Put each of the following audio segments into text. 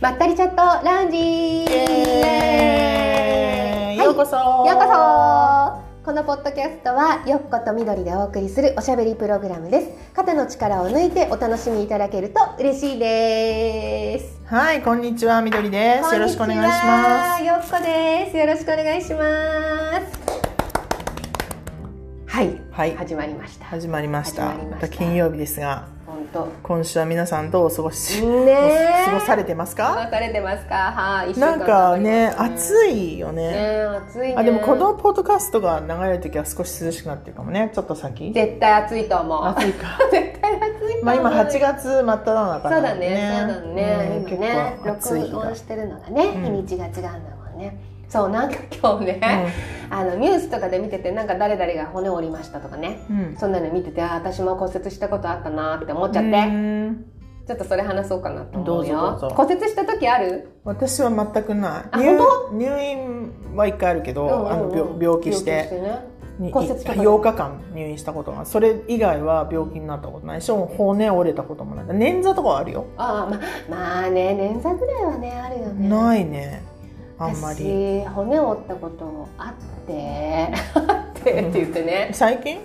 まったりチャットラウンジイエーイはいようこそようこそこのポッドキャストはよっことみどりでお送りするおしゃべりプログラムです肩の力を抜いてお楽しみいただけると嬉しいですはい、こんにちは、みどりです。よろしくお願いします。すよっこですよろしくお願いしますはい、はい、始まりました始まりました。始まりました金曜日ですが、本当今週は皆さんどうお過ごし、ねえ過ごされてます過かごされてますかはい、一週間なんかね、経ってます暑いよねね。え暑いねあ、でもこのポッドキャストが流れるときは少し涼しくなってるかもね。ちょっと先。絶対暑いと思う暑いか。 絶対暑いと思うまあ今8月真っそ只中うなだんでねそうだね、うん今ね録結構暑い日が音してるのがね、うん日にちが違うんだもんねそうなんか今日ね、あのニュースとかで見ててなんか誰々が骨折りましたとかねうんうん。そんなの見ててあー私も骨折したことあったなーって思っちゃって、うんちょっとそれ話そうかなと思うよどうぞどうぞ骨折した時ある私は全くないあ入本入院は1回あるけど、うんうんうんあの病病気してねに骨折とかね8日間入院したことがそれ以外は病気になったことないしもう骨折れたこともない捻挫とかはあるよ、ああままあね捻挫ぐらいはねあるよねないねあんまり私骨折ったことあ ってあってって言ってね最近、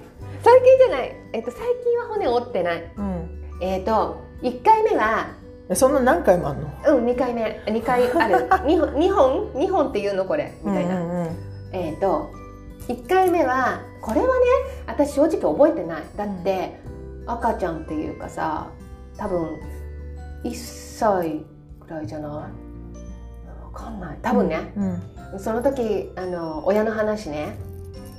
最近じゃない、えっと、最近は骨折ってないうん、えっ、と1回目はえそんな何回もあんのうん2回目2回 ある 2, 本2本2本っていうのこれみたいな、うんうんうんえっ、と1回目はこれはね私正直覚えてないだって、赤ちゃんっていうかさ多分1歳くらいじゃない分かんない多分ね、うんその時あの親の話ね、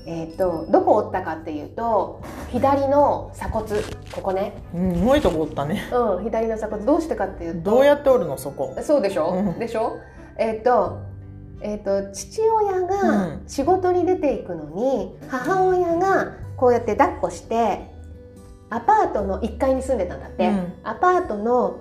えー、とどこ折ったかっていうと左の鎖骨ここね、うんすごいとこ折ったねうん、左の鎖骨どうしてかっていうとどうやって折るのそこそうでしょ、うんでしょえっ、と,、えー、と父親がうん仕事に出ていくのに、母親がこうやって抱っこしてアパートの1階に住んでたんだって、うんアパートの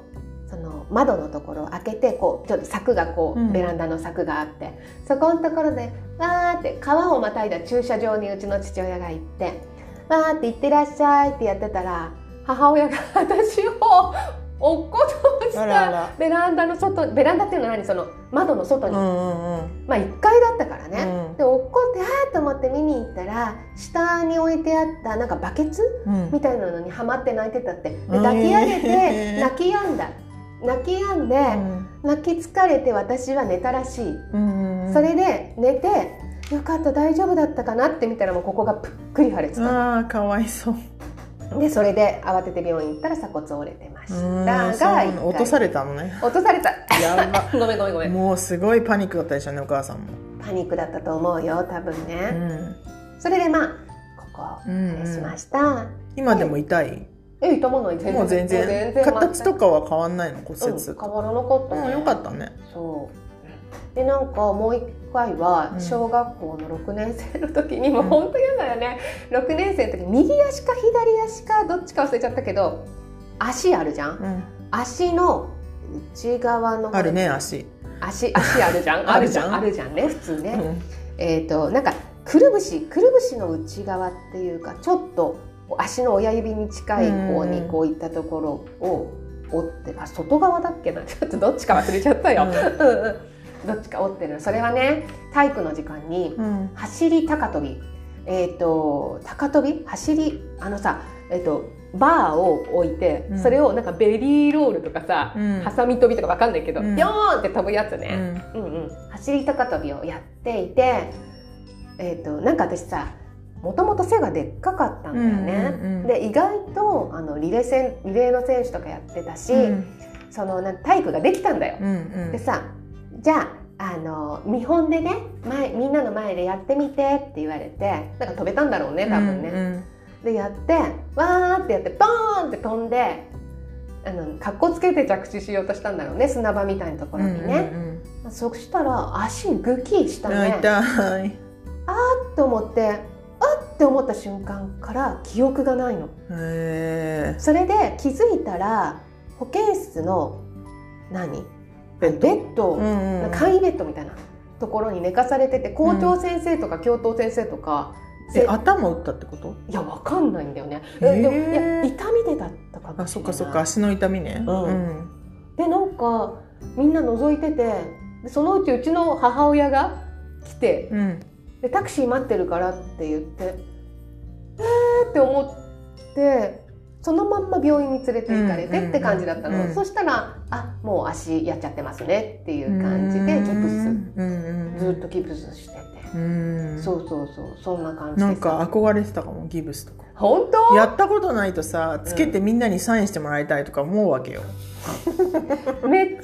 その窓のところを開けてこうちょっと柵がこう、うんベランダの柵があってそこのところでわーって川をまたいだ駐車場にうちの父親が行ってわーって行ってらっしゃいってやってたら母親が私を落っことしあらあたらベランダの外ベランダっていうのは何その窓の外うに、んうんうんまあ1階だったからね、うんで落っこってあーっと思って見に行ったら下に置いてあったなんかバケツうんみたいなのにハマって泣いてたってでえー抱き上げて泣き止んだ泣き止んで、泣き疲れて私は寝たらしい、うんうんそれで寝てよかった大丈夫だったかなって見たらもうここがぷっくり腫れてた、ああかわいそうでそれで慌てて病院行ったら鎖骨折れてましたうんがそうな一の回落とされたのね落とされ たやばごめんごめんごめん もうすごいパニックだったでしょうねお母さんも、パニックだったと思うよ多分うね、んそれでまあここうんあれしうまん、した、今でも痛い、え痛まない全然もう全然形とかかは変わんないの骨折、うん、変わらなかった、ねもうよかったねそうでなんかもう一回はうん小学校の6年生の時に、もううん本当嫌だよね6年生の時右足か左足かどっちか忘れちゃったけど足あるじゃんうん足の内側のあるね足、足足あるじゃんああるるじじゃゃんんあるじゃんね普通ね、うんえっ、となんかくるぶしくるぶしの内側っていうかちょっと足の親指に近い方にこういったところを折ってあ外側だっけな ちょっとどっちか忘れちゃったよ、うんうん、どっちか折ってるそれはね体育の時間にうん走り高跳びえっ、と高跳び走りあのさえっ、とバーを置いて、うんそれをなんかベリーロールとかさ、うんハサミ跳びとかわかんないけど、うんビョーンって飛ぶやつね、うんうんうん、走り高跳びをやっていて、えー、となんか私さもともと背がでっかかったんだよね。うんうんうんで意外とあのリレー戦リレーの選手とかやってたし、うんそのなん体育ができたんだよ。うんでさじゃああの見本でね前みんなの前でやってみてって言われてなんか飛べたんだろうね多分ね。うんでやってわーってやってボーンって飛んであのかっこつけて着地しようとしたんだろうね砂場みたいなとこうんろうにんね。うんそしたら足グキしたうん、あね痛い、と思ってあって思った瞬間から記憶がないのえそれで気づいたら保健室の何ベッドーうドんうん、簡易ベッドみたいなところに寝かされてて校長先生とか教頭先生とか、せえ頭打ったってこといやわかんないんだよね、へーでもいや痛みでだったかもあしそっれないかそっか足の痛みねうんうんでなんかみんな覗いててでそのうちうちの母親が来てうんでタクシー待ってるからって言ってえーって思ってそのまんま病院に連れて行かれうんうんうてんって感じだったの、うんそしたら「あもう足やっちゃってますね」っていう感じでギプスずっとギプスしてて、うんそうそうそうそんな感じでなんか憧れてたかもギブスとか本当やったことないとさつけてみんなにサインしてもらいたいとか思うわけよ、めっちゃ大変だっ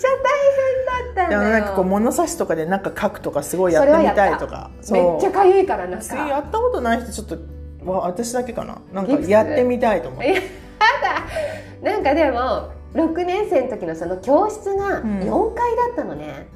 でたもんだなんよかこう物差しとかでなんか書くとかすごいやってみたいとかめっちゃかゆいからなんそかうやったことない人ちょっとわ私だけかななんかギブスやってみたいと思ってなんかでも6年生の時のその教室がうん4階だったのね、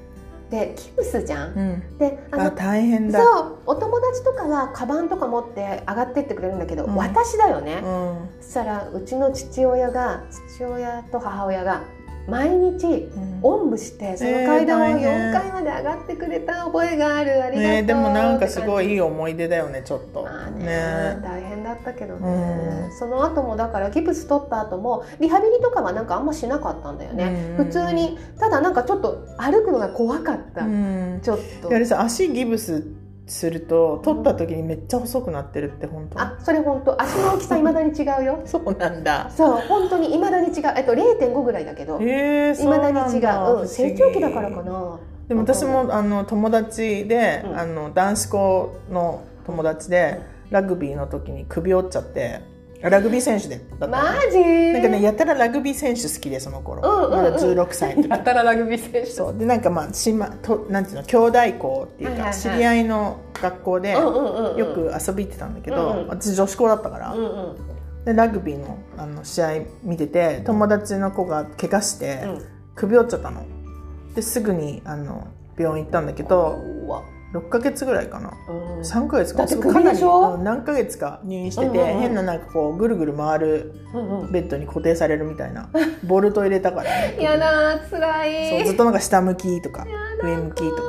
でキプスじゃん、うんであのあ大変だそうお友達とかはカバンとか持って上がってってくれるんだけど、うん私だよね、うんそしたらうちの父親が父親と母親が毎日うんおんぶしてその階段をえー大変4階まで上がってくれた覚えがあるありがとう、ね、でもなんかすごいいいよ思い出だよねちょっとまあねね大変だったけどね、うんその後もだからギプス取った後もリハビリとかはなんかあんましなかったんだよね、うん普通にただなんかちょっと歩くのが怖かった、うんちょっとであれさ足ギブスすると取った時にめっちゃ細くなってるって本当あそれ本当足の大きさいまだに違うよそうなんだそう本当にいまだに違う、えっと、0.5ぐらいだけどいへえそうまなだんだに違う、うん、成長期だからか不思議なでも私もあの友達で、うんあの男子校の友達でラグビーの時に首折っちゃってラグビー選手でだったのマジなんかねやたらラグビー選手好きでその頃、うんうんうんまだ16歳の時やたらラグビー選手そそうでなんかまあ島となんていうの兄弟校っていうか、はいはいはい知り合いの学校うでよんうんうんうんく遊び行ってたんだけど、うんうん私女子校だったから、うんうんでラグビーのあの試合見てて友達の子が怪我してうん首折っちゃったの。ですぐにあの病院行ったんだけどうわ6ヶ月ぐらいかなうん3ヶ月だかなってそう首かなりでしょうん何ヶ月か入院してて、うんうんうん変ななんかこうぐるぐる回るうんうんベッドに固定されるみたいな ボルト入れたからねやだー辛そういずっとなんか下向きとか上向きとか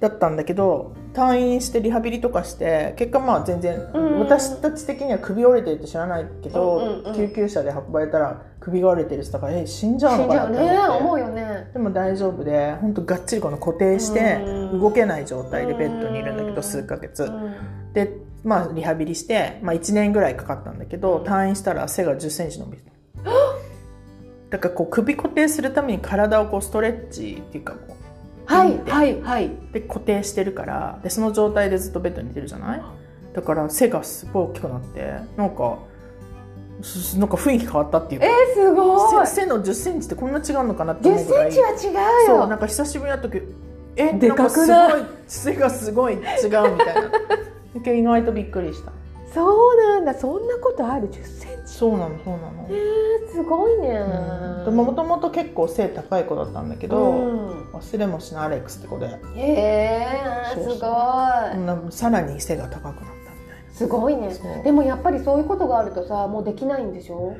だったんだけど退院してリハビリとかして結果まあ全然、うん私たち的には首折れてるって知らないけど、うんうんうん救急車で運ばれたら首が折れてるって言ったからえ死んじゃう死のんじゃかなっうてね思思ってうよねでも大丈夫で本当がっちりこの固定してうん動けない状態でベッドにいるんだけうどん数ヶう月んでまあリハビリして、まあ、1年ぐらいかかったんだけどうん退院したら背が1 0ンチ伸びてただからこう首固定するために体をこうストレッチっていうかこはいはいはい、うで固定してるからでその状態でずっとベッドに寝てるじゃないだから背がすごい大きくなってなんかすすなんか雰囲気変わったっていうかえー、すごいせ背の1 0ンチってこんな違うのかなって10思うぐらセンいチは違うそうよなんか久しぶりに会った時えでかくななんかすごい背がすごい違うみたいなだけ ど意外とびっくりしたそうなんだそんなことある10センチそうなのそうなのすごいねもともと結構背高い子だったんだけど、うん忘れもしないアレックスって子で、へえそうすそうごいうんさらに背が高くなったみたいなすごいねそうでもやっぱりそういうことがあるとさもうできないんでしょ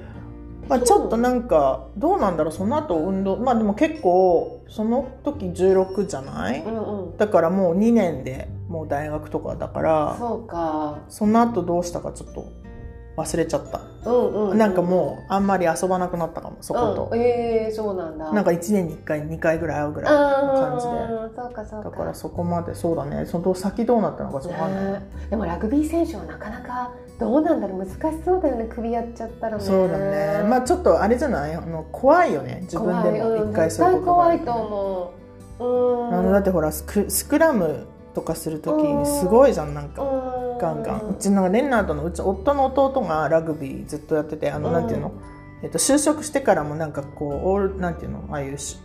まあ、ちょっとなんかどうなんだろうその後運動まあでも結構その時16じゃないうんうんだからもう2年でもう大学とかだからそうかその後どうしたかちょっと忘れちゃった、うんうんなんかもうあんまり遊ばなくなったかもそこと、うんええそうなんだなんか1年に1回2回ぐらい会うぐらいの感じでうんそうかそうかだからそこまでそうだねその先どうなったのかちょっとわかんない、ねでもラグビー選手はなかなかどうなんだろう難しそうだよね首やっちゃったらねそうだねまあちょっとあれじゃないあの怖いよね自分怖いでもうん一回そういうことがあ絶る対怖いと思ううんあのだってほらスクスクラムとかするときうんすごいじゃんなんかうんガンガンうちのレンナードのうち夫の弟がラグビーずっとやっててあのうんなんていうのえっと就職してからもなんかこうオールなんていうのああいうし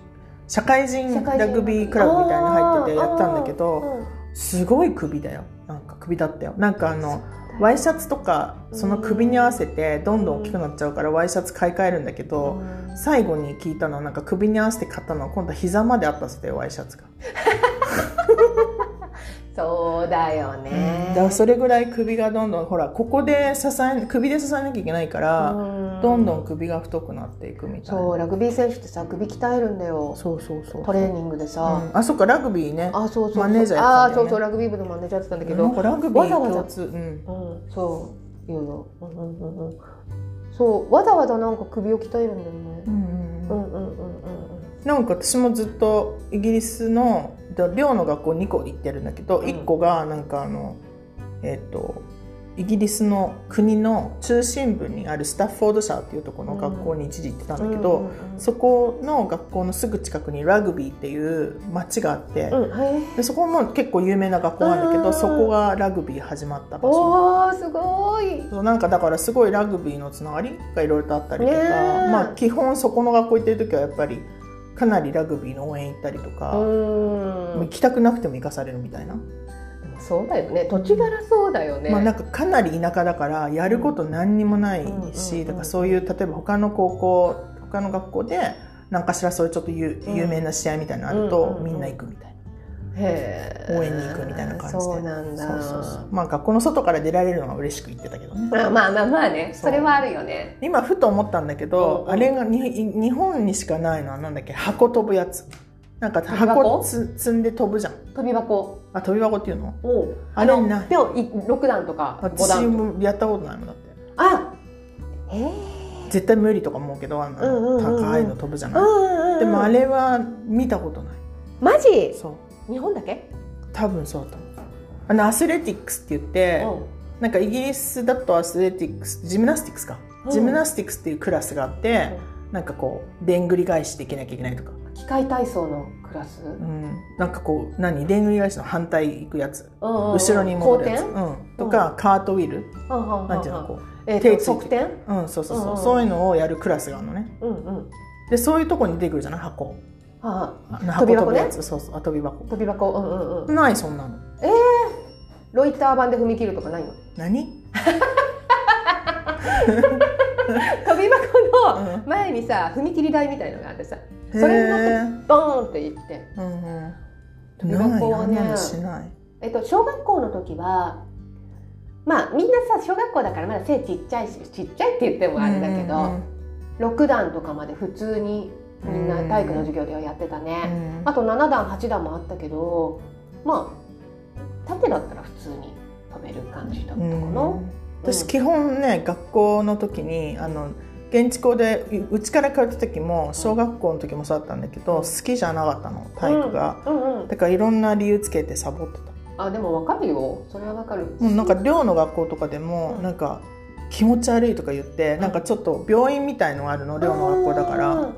社会人社会人ラグビークラブみたいなの入っててあーやったんだけどうんすごい首だよなんか首だったよなんかあのそうワイシャツとかその首に合わせてどんどん大きくなっちゃうからワイシャツ買い替えるんだけどうん最後に聞いたのはなんか首に合わせて買ったのは今度は膝まであったっすってワイシャツが、そうだよねだからそれぐらい首がどんどんほらここで支え首で支えなきゃいけないから、うどんどんん首が太くなっていくみたいなそうラグビー選手ってさ首鍛えるんだよそうそうそうトレーニングでさうんあそっかラグビーねあそうそうそうマネージャーやってたあんだよそうねそうラグビー部のマネージャーやってたんだけなんどかラグビーわざわざ共通うんうんそう言うようんうんうんうんそうわざわざなんか首を鍛えるんだよねうんうんううんんうんうんうんうんなんか私もずっとイギリスので寮の学校2校行ってるんだけど、うん1個がなんかあのえっ、とイギリスの国の中心部にあるスタッフォードシャーっていうところの学校に一時行ってたんだけど、そこの学校のすぐ近くにラグビーっていう町があって、うん、うんへーでそこも結構有名な学校なんだけうどんそこがラグビー始まった場所おーすごいそうなんかだからすごいラグビーのつながりがいろいろとあったりとか、ねえまあ基本そこの学校行ってる時はやっぱりかなりラグビーの応援行ったりとか、もううん行きたくなくても行かされるみたいな、そうだよね土地柄そうだよね、まあなんかかなり田舎だからやること何にもないし、うんだからそういう例えば他の高校他の学校で何かしらそういうちょっと有,、うん有名な試合みたいなのあると、うんうんうんみんな行くみたいな。へー応援に行くみたいな感じでそうなんだそうそうそうまあ学校の外から出られるのは嬉しく言ってたけどねまあまあまあまあねそうそれはあるよね今ふと思ったんだけうんど、うんあれがに日本にしかないのはなんだっけ箱飛ぶやつなんか飛び箱箱つ積んで飛ぶじゃん飛び箱あ飛び箱っていうのをあれないぴょんい6段とか5私段もやったことないもんだってあえー絶対無理とか思うけどあんなうんうんうんうん高いの飛ぶじゃうない、んうんうんでもあれは見たことないマジそう日本だけ多分そうだと思うあのアスレティックスって言って、うなんかイギリスだとアスレティックスジムナスティックスか、うんジムナスティックスっていうクラスがあって、なんかこうでんぐり返しできなきゃいけないとか、ん機械体操のクラスうん、なんかこう何でんぐり返しの反対行くやつ後後ろに戻るやつ、後うん、とか、カートウィル転はんはんはんはんなんていうのこえー手ついとて側転う、うん、そうそうそう、うんうんそういうのをやるクラスがあるのねうんうんでそういうとこに出てくるじゃない箱はんはんあの飛び箱ねぶやつそうそうあ飛び箱飛び箱うんうんうんないそんなのロイター版で踏み切るとかない の何、飛び箱のん、前にさ踏切台みたいのがあってさそれに乗ってドーンって行ってうんうん飛びない箱はあんねなのしないえっと、小学校の時はまあみんなさ小学校だからまだ背ちっちゃいしちっちゃいって言ってもあれだけうんど、六6段とかまで普通にみんな体育の授業ではやってたうね、んうんあと7段8段もあったけどまあ縦だったら普通に飛べる感じだったかな、うん私基本ね学校の時にあの現地校でううちから通った時も小学校の時もそうだったんだけど好きじゃなかったの体育が、うんうん、だからいろんな理由つけてサボってたあでもわかるよそれはわかるもうなんか寮の学校とかでもうんなんか気持ち悪いとか言ってなんかちょっと病院みたいのがあるの寮の学校だかうらん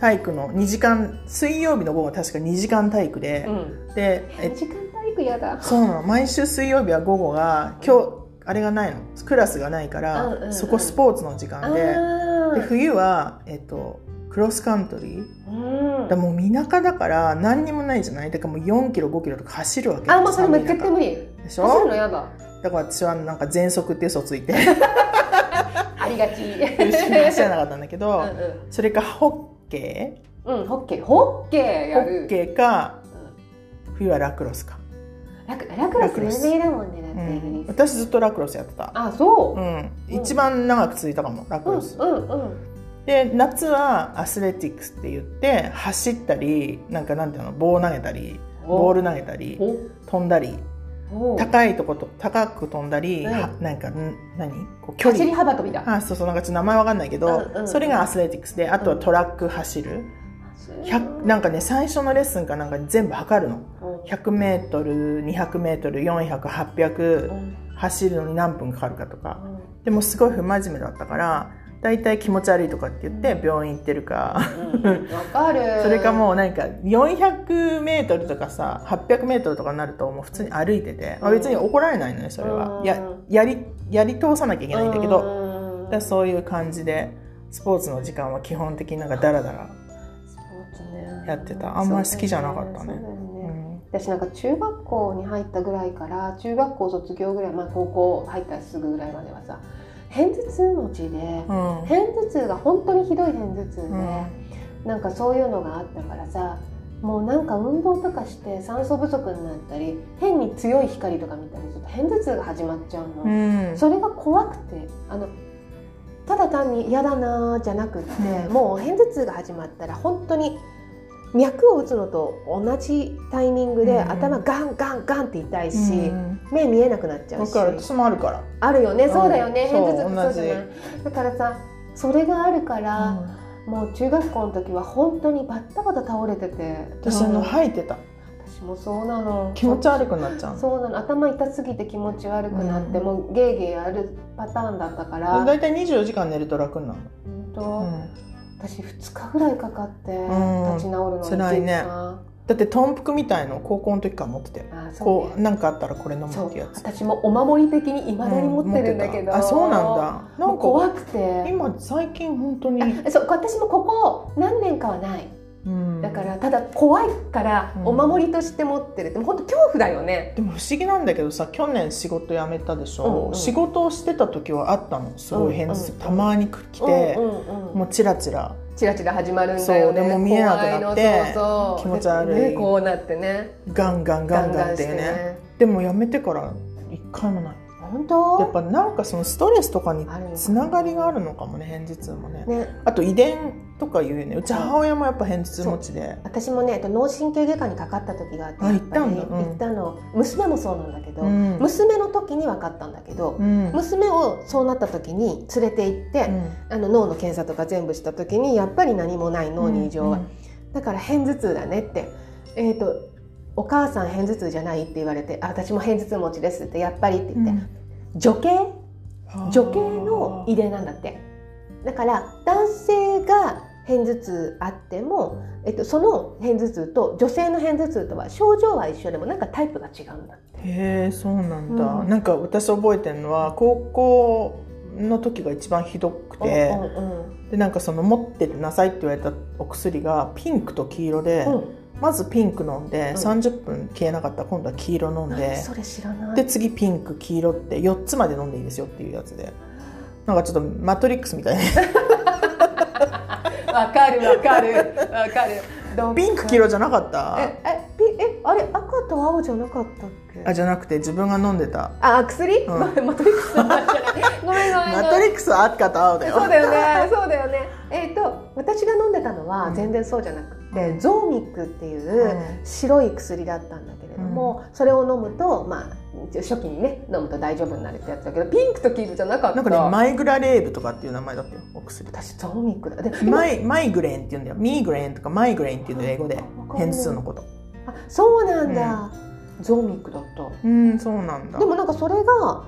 体育の2時間水曜日の午後確か2時間体育でう、ん、でえ時間体育やだそうなの毎週水曜日は午後が今日あれがないのクラスがないから、うんうんうんそこスポーツの時間で,、あでー冬は、えっと、クロスカントリーうんだからもう田舎だから何にもないじゃないだからもう4キロ5キロとか走るわけあもうそれも寒い絶対中無理でし走るょのやだだから私はなんか喘息って嘘ついて ありがち必死に走らなかったんだけど、うそれかホッケんうん、うん、ホッケーホッケーーやホるッケーかうん冬はラクロスか、ラクラクラス有名だもんねだっうてイギんリ、ス、私ずっとラクロスやってた、あそうう、ん、一番長く続いたかもラクうん、ロうス、んうんで夏はアスレティックスって言って走ったりなんかなんていうの棒を投げたりボール投げたりお飛んだりお高いとこと高く飛んだり、うんはなんかん何こう距走り離幅跳びだあそうそうなんかちょっと名前わかんないけど、うんうんうんそれがアスレティックスであとはトラック走る、100なんかね最初のレッスンかなんかに全部測るのうん 100m200m4000800、走るのに何分かかるかとかでもすごい不真面目だったからだいたい気持ち悪いとかって言って病院行ってるか。うんわかるそれかもうなんか 400m とかさ 800m とかになるともう普通に歩いてて、まあ、別に怒られないのねそれは、うんややりやり通さなきゃいけないんだけど、だうんからそういう感じでスポーツの時間は基本的になんかダラダラ、そうねやってたあんまり好きじゃなかったそうねだようねん私なんか中学校に入ったぐらいから中学校卒業ぐらい、まあ、高校入ったすぐぐらいまではさ片頭痛持ちで、うん片頭痛が本当にひどい片頭痛で、うんなんかそういうのがあったからさもうなんか運動とかして酸素不足になったり変に強い光とか見たりすると片頭痛が始まっちゃうの、うんそれが怖くてあのただ単に嫌だなーじゃなくって、うんもう片頭痛が始まったら本当に脈を打つのと同じタイミングで、うん頭ガンガンガンって痛いし、うん目見えなくなっちゃうわしかる私もあるから、あるよね、うんそうだよねそう片頭痛ってそうじゃないだからさそれがあるから、もう中学校の時は本当にバッタバタ倒れてて私あのい吐いてた私もそうなの気持ち悪くなっちゃうのそうなの頭痛すぎて気持ち悪くなって、うんもうゲーゲーやるパターンだったから、だいたい24時間寝ると楽になる本当、の、うん私2日ぐらいかかって、ん立ち直るのに辛いね時間だって豚腹みたいのを高校の時から持っててあそうこねうなんかあったらこれ飲むそっうてやつ私もお守り的にいまだに持ってるんだけど、う持ってたあそうなんだなもんうか怖くて今最近本当に、あそう私もここ何年かはないうんだからただ怖いからうんお守りとして持ってるって本当恐怖だよねでも不思議なんだけどさ去年仕事辞めたでしょ、うんうん仕事をしてた時はあったのすごい変です、うんうんたまに来て、うんうんうんもうチラチラチラチラ始まるんだよねそうでも見えなくなって怖いのそうそう気持ち悪いね、こうなってねガンガンガンガンってねでも辞めてから一回もない本当やっぱなんかそのストレスとかにあるつながりがあるのかもね片頭痛もねねあと遺伝とかいうよねうち母親もやっぱ片頭痛持ちで私もねえっと脳神経外科にかかった時があってあやっぱり行ったんだうん行ったの娘もそうなんだけど、うん娘の時に分かったんだけど、うん娘をそうなった時に連れて行って、あの脳の検査とか全部した時にやっぱり何もない脳に異常は、だから片頭痛だねってえっ、とお母さん片頭痛じゃないって言われてあ私も片頭痛持ちですってやっぱりって言って、女系女系の遺伝なんだってだから男性が片頭痛あっても、えっと、その片頭痛と女性の片頭痛とは症状は一緒でもなんかタイプが違うんだってへえそうなんだ、うんなんか私覚えてるのは高校の時が一番ひどくて、うんでなんかその持っててなさいって言われたお薬がピンクと黄色で、うんうんまずピンク飲んで、ん30分消えなかったら今度は黄色飲ん何でそれ知らないで次ピンク黄色って4つまで飲んでいいですよっていうやつでなんかちょっとマトリックスみたいなわかるわかるわかるどっかピンク黄色じゃなかったええピえあれ赤と青じゃなかったっけあじゃなくて自分が飲んでたあ薬、 うんごめんマトリックスの話じゃないごめんごめんごめんマトリックスは赤と青だよそうだよね、そうだよね。えっ、と私が飲んでたのうはん全然そうじゃなくて、うんゾーミックっていう白い薬だったんだけれども、それを飲むとまあ初期にね飲むと大丈夫になるってやつだけど、ピンクと黄色じゃなかっなた。んかねマイグラレーブとかっていう名前だったよお薬私ゾーミックだ。でマイマイグレーンって言うんだよミーグレーンとかマイグレーンっていうの英語で変数のことあそうなんだ、ゾーミックだっうんそうなんた。だでもなんかそれが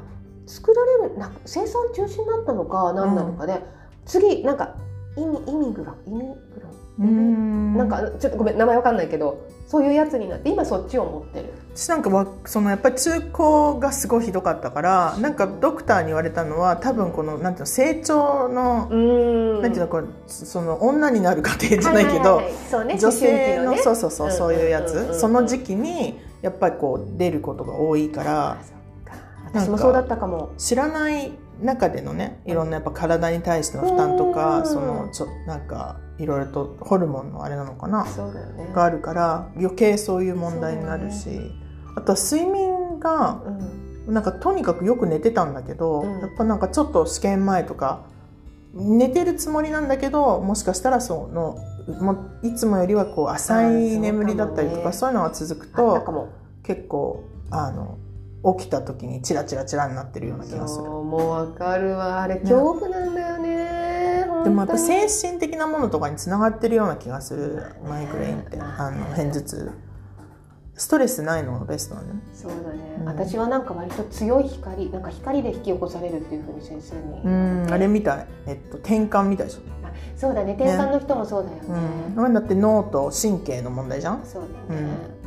作られるな生産中止になったのか何なのかで、次なんかイミイミグライミグラうーんなんかちょっとごめん名前わかんないけどそういうやつになって今そっちを持ってる私なんかわそのやっぱり痛行がすごいひどかったからなんかドクターに言われたのは多分このなんていうの成長の、うんなんていうのこれその女になる過程じゃないけど、そうね女性思の、春期ねそうそうそううんそういうやうつ、んうんうんその時期にやっぱりこう出ることが多いかあらそっか私もそうだったかも知らない中でのねいろんなやっぱ体に対しての負担とか、うんそのちょなんかいろいろとホルモンのあれなのかなそうだよねがあるから余計そういう問題になるし、そうあとは睡眠がうんなんかとにかくよく寝てたんだけど、うんやっぱなんかちょっと試験前とか寝てるつもりなんだけどもしかしたらそのもういつもよりはこう浅い眠りだったりとか、あーそういうのが続くあったとかも結構あの起きた時にチラチラチラになってるような気がする。そうもうわかるわあれね恐怖なんだよねでもやっぱ性精神的なものとかにつながってるような気がするマイグレインってあの片頭痛ストレスないのがベストなのねそうだね、うん私はなんか割と強い光なんか光で引き起こされるっていうふうに先生に、うんあれみたいえっと転換みたいでしょ、そうだね転換の人もそうだよねうん、だって脳と神経の問題じゃんそうだね、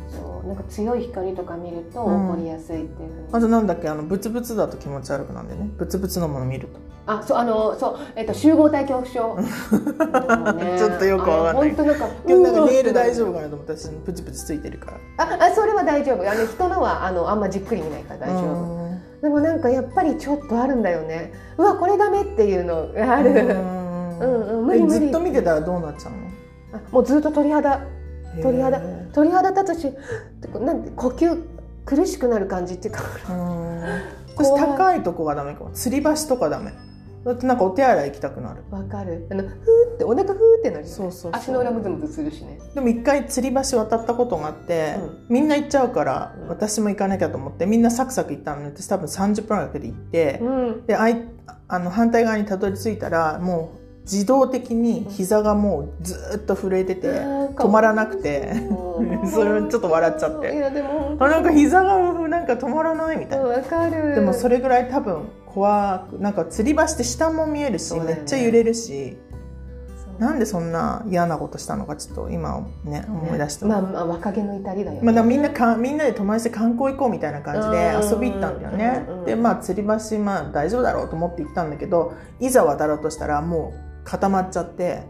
そうなんか強い光とか見るとうん怒りやすいっていうふうに、あとなんだっけあのブツブツだと気持ち悪くなんでねブツブツのもの見るとあ、そう、あの、そう、えっと、集合体恐怖 症。もうねちょっとよくわかんないあ本当なんか、でもなんかネイルうわ大丈夫かなと思ったらプツプツついてるからあ、あ、それは大丈夫。あの、人のは、あの、あんまじっくり見ないから大丈夫。夫でも、なんか、やっぱり、ちょっとあるんだよね。うわ、これダメっていうの、ある。うん、うん、無理、無ず理っと。見てたらどうなっちゃうのあもうずっと鳥肌、鳥肌へー鳥肌立つし、ってこうなんて、呼吸。苦しくなる感じっていうか。うん私怖い高いとこがダメかも吊り橋とかダメだってなんかお手洗い行きたくなるわかる。あの、ふーって、お腹ふーってなるよね。そうそうそう足の裏ムズムズするしね。でも一回吊り橋渡ったことがあって、うんみんな行っちゃうからうん私私も行かなきゃと思ってみんなサクサク行ったのに私多分30分ぐらいかけて行って、うん。であいあの反対側にたどり着いたらもう自動的に膝がもうずーっと震えてて止止まらなくて それちょっと笑っちゃっていやでもあなんか膝がなんか止まらないみたいなわかるでもそれれぐらい多分怖くなんか吊り橋って下も見えるしそうだめよねっちゃ揺れるしなんでそんな嫌なことしたのかちょっと今ね思い出してまあ、まあ、若気の至りだよね、まあ、だからみんなかみんなで友達で観光行こうみたいな感じうんで遊び行ったんだよね、うんでまあ吊り橋まあ大丈夫だろうと思って行ったんだけどいざ渡ろうとしたらもう固まっちゃって、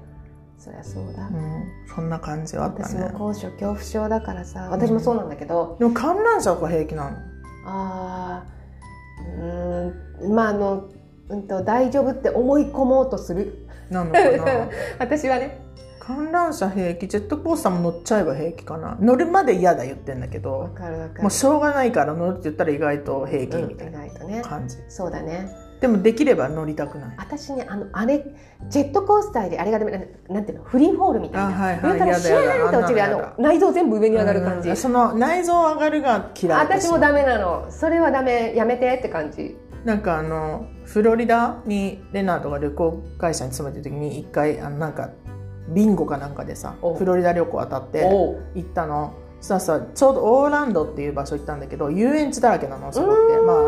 そりゃそうだ、うん、そんな感じはあった私もね高所恐怖症だからさ私もそうなんだけど、でも観覧車が平気なのああうーんまああのうんと大丈夫って思い込もうとする なのかな私はね観覧車平気ジェットコースターも乗っちゃえば平気かな乗るまで嫌だ言ってんだけわどかるわかるもうしょうがないから乗るって言ったら意外と平気うんみたい意な外とね感じ、そうだねでもできれば乗りたくない私ねあのあれジェットコースターであれがダメななんていうのフリーフォールみたいなあはいはい上からシューンって落ちるやあだやだの内臓全部上に上がる感じ、うんその内臓上がるが嫌い私もダメなのそれはダメやめてって感じなんかあのフロリダにレナードが旅行会社に勤めてる時に一回あのなんかビンゴかなんかでさおうフロリダ旅行当たっておう行ったのそしたらさちょうどオーランドっていう場所行ったんだけど遊園地だらけなのそこって、まあ、あ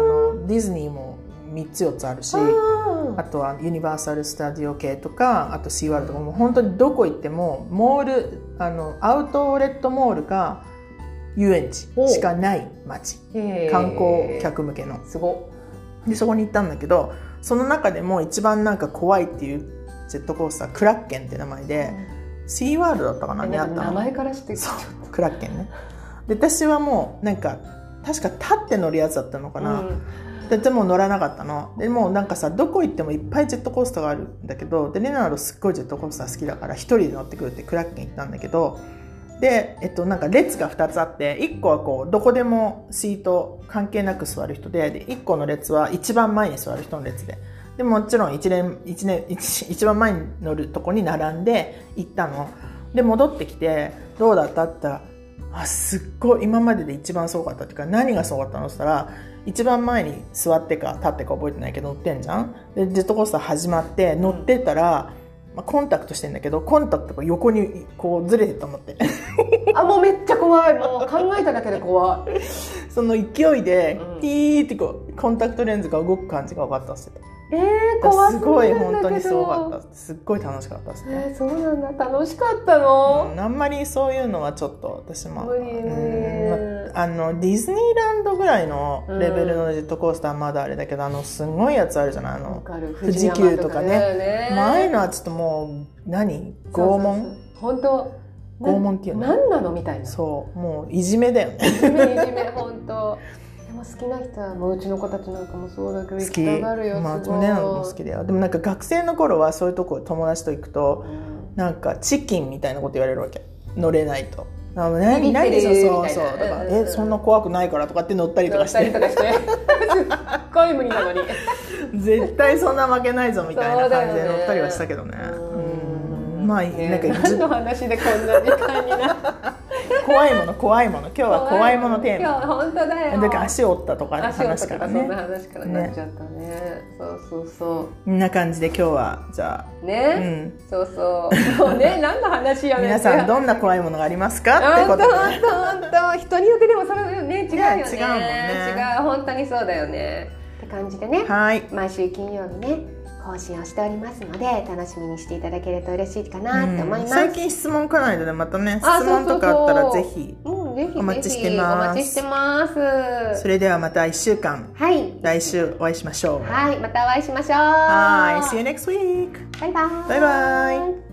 のディズニーも3つ4つあるしうんあとはユニバーサル・スタジオ系とかあとシーワールドとかもう本当にどこ行ってもモールあのアウトレットモールか遊園地しかない街へー観光客向けの。すごでそこに行ったんだけどその中でも一番なんか怖いっていうジェットコースタークラッケンって名前っで、シーワールドだったかなえになあっんたか名の前からしてそうクラッケンねで私はもうなんか確か立って乗るやつだったのかな、うんででも乗らなかったのでもうなんかさどこ行ってもいっぱいジェットコースターがあるんだけどでレナードすっごいジェットコースター好きだから一人で乗ってくるってクラッケン行ったんだけどで、えっと、なんか列が2つあって1個はこうどこでもシート関係なく座る人でで1個の列は一番前に座る人の列ででもちろん一連一年一一番前に乗るとこに並んで行ったので戻ってきて「どうだった?」って言ったら「あすっごい今までで一番すごかった」っていうか何がすごかったのって言ったら一番前に座ってか立ってか覚えてないけど乗ってんじゃんでジェットコースター始まって乗ってたら、まあ、コンタクトしてんだけどコンタクトが横にこうずれてたのってあもうめっちゃ怖いもう考えただけで怖いその勢いでうんピーってこうコンタクトレンズが動く感じが分かったっすってえー、怖すすぎるんだけどごい本当にすごかったっすすっごい楽しかったっすねえー、そうなんだ楽しかったの、うんあんまりそういうのはちょっと私も無理無理うんまあのディズニーランドぐらいのレベルのジェットコースターはまだあれだけどあのすごいやつあるじゃないあわのかる富士急とか富士山ねだよね前のはちょっともう何拷そうそ問うそう本当な拷問っていうの何なのみたいなそうもういじめだよねいじめいじめ本当でも好きな人はもううちの子たちなんかもそうだけど好行ききたがるよまあすでごもい、ねあの好きだよでもなんか学生の頃はそういうとこ友達と行くとうんなんかチキンみたいなこと言われるわけ乗れないと。あの何ビビって何るそうそうみそうたいなだかうら、んうんうんえそんな怖くないからとかって乗ったりと乗かっしたりてとかしてすっごい無理なのに絶対そんな負けないぞみたいな感じで乗ったりはしたけどねうんうんまあ、ねなんか何ずの話でこんな時間になった怖いもの怖いもの今日は怖いものテー今日本当だマよだから足折ったとかの足を話からそんなね話からなっちゃったねそうそうそこんな感じで今日はじゃうあ、うね、ん、そうそうもうね何の話やめて皆さんどんな怖いものがありますかって本こ当と本当本当人によってでもそれはね違うよねね違うもんね違う本当にそうだよねって感じでねではい毎週金曜日ね更新をしておりますので楽しみにしていただけると嬉しいかなって思います、最近質問来ないのでまたね質あそうそうそう問とかあったらぜひもうぜひぜひお待ちしてますお待ちしてますそれではまた1週間はい来週お会いしましょうはいまたお会いしましょうはい See you next week! バイバイバイバイ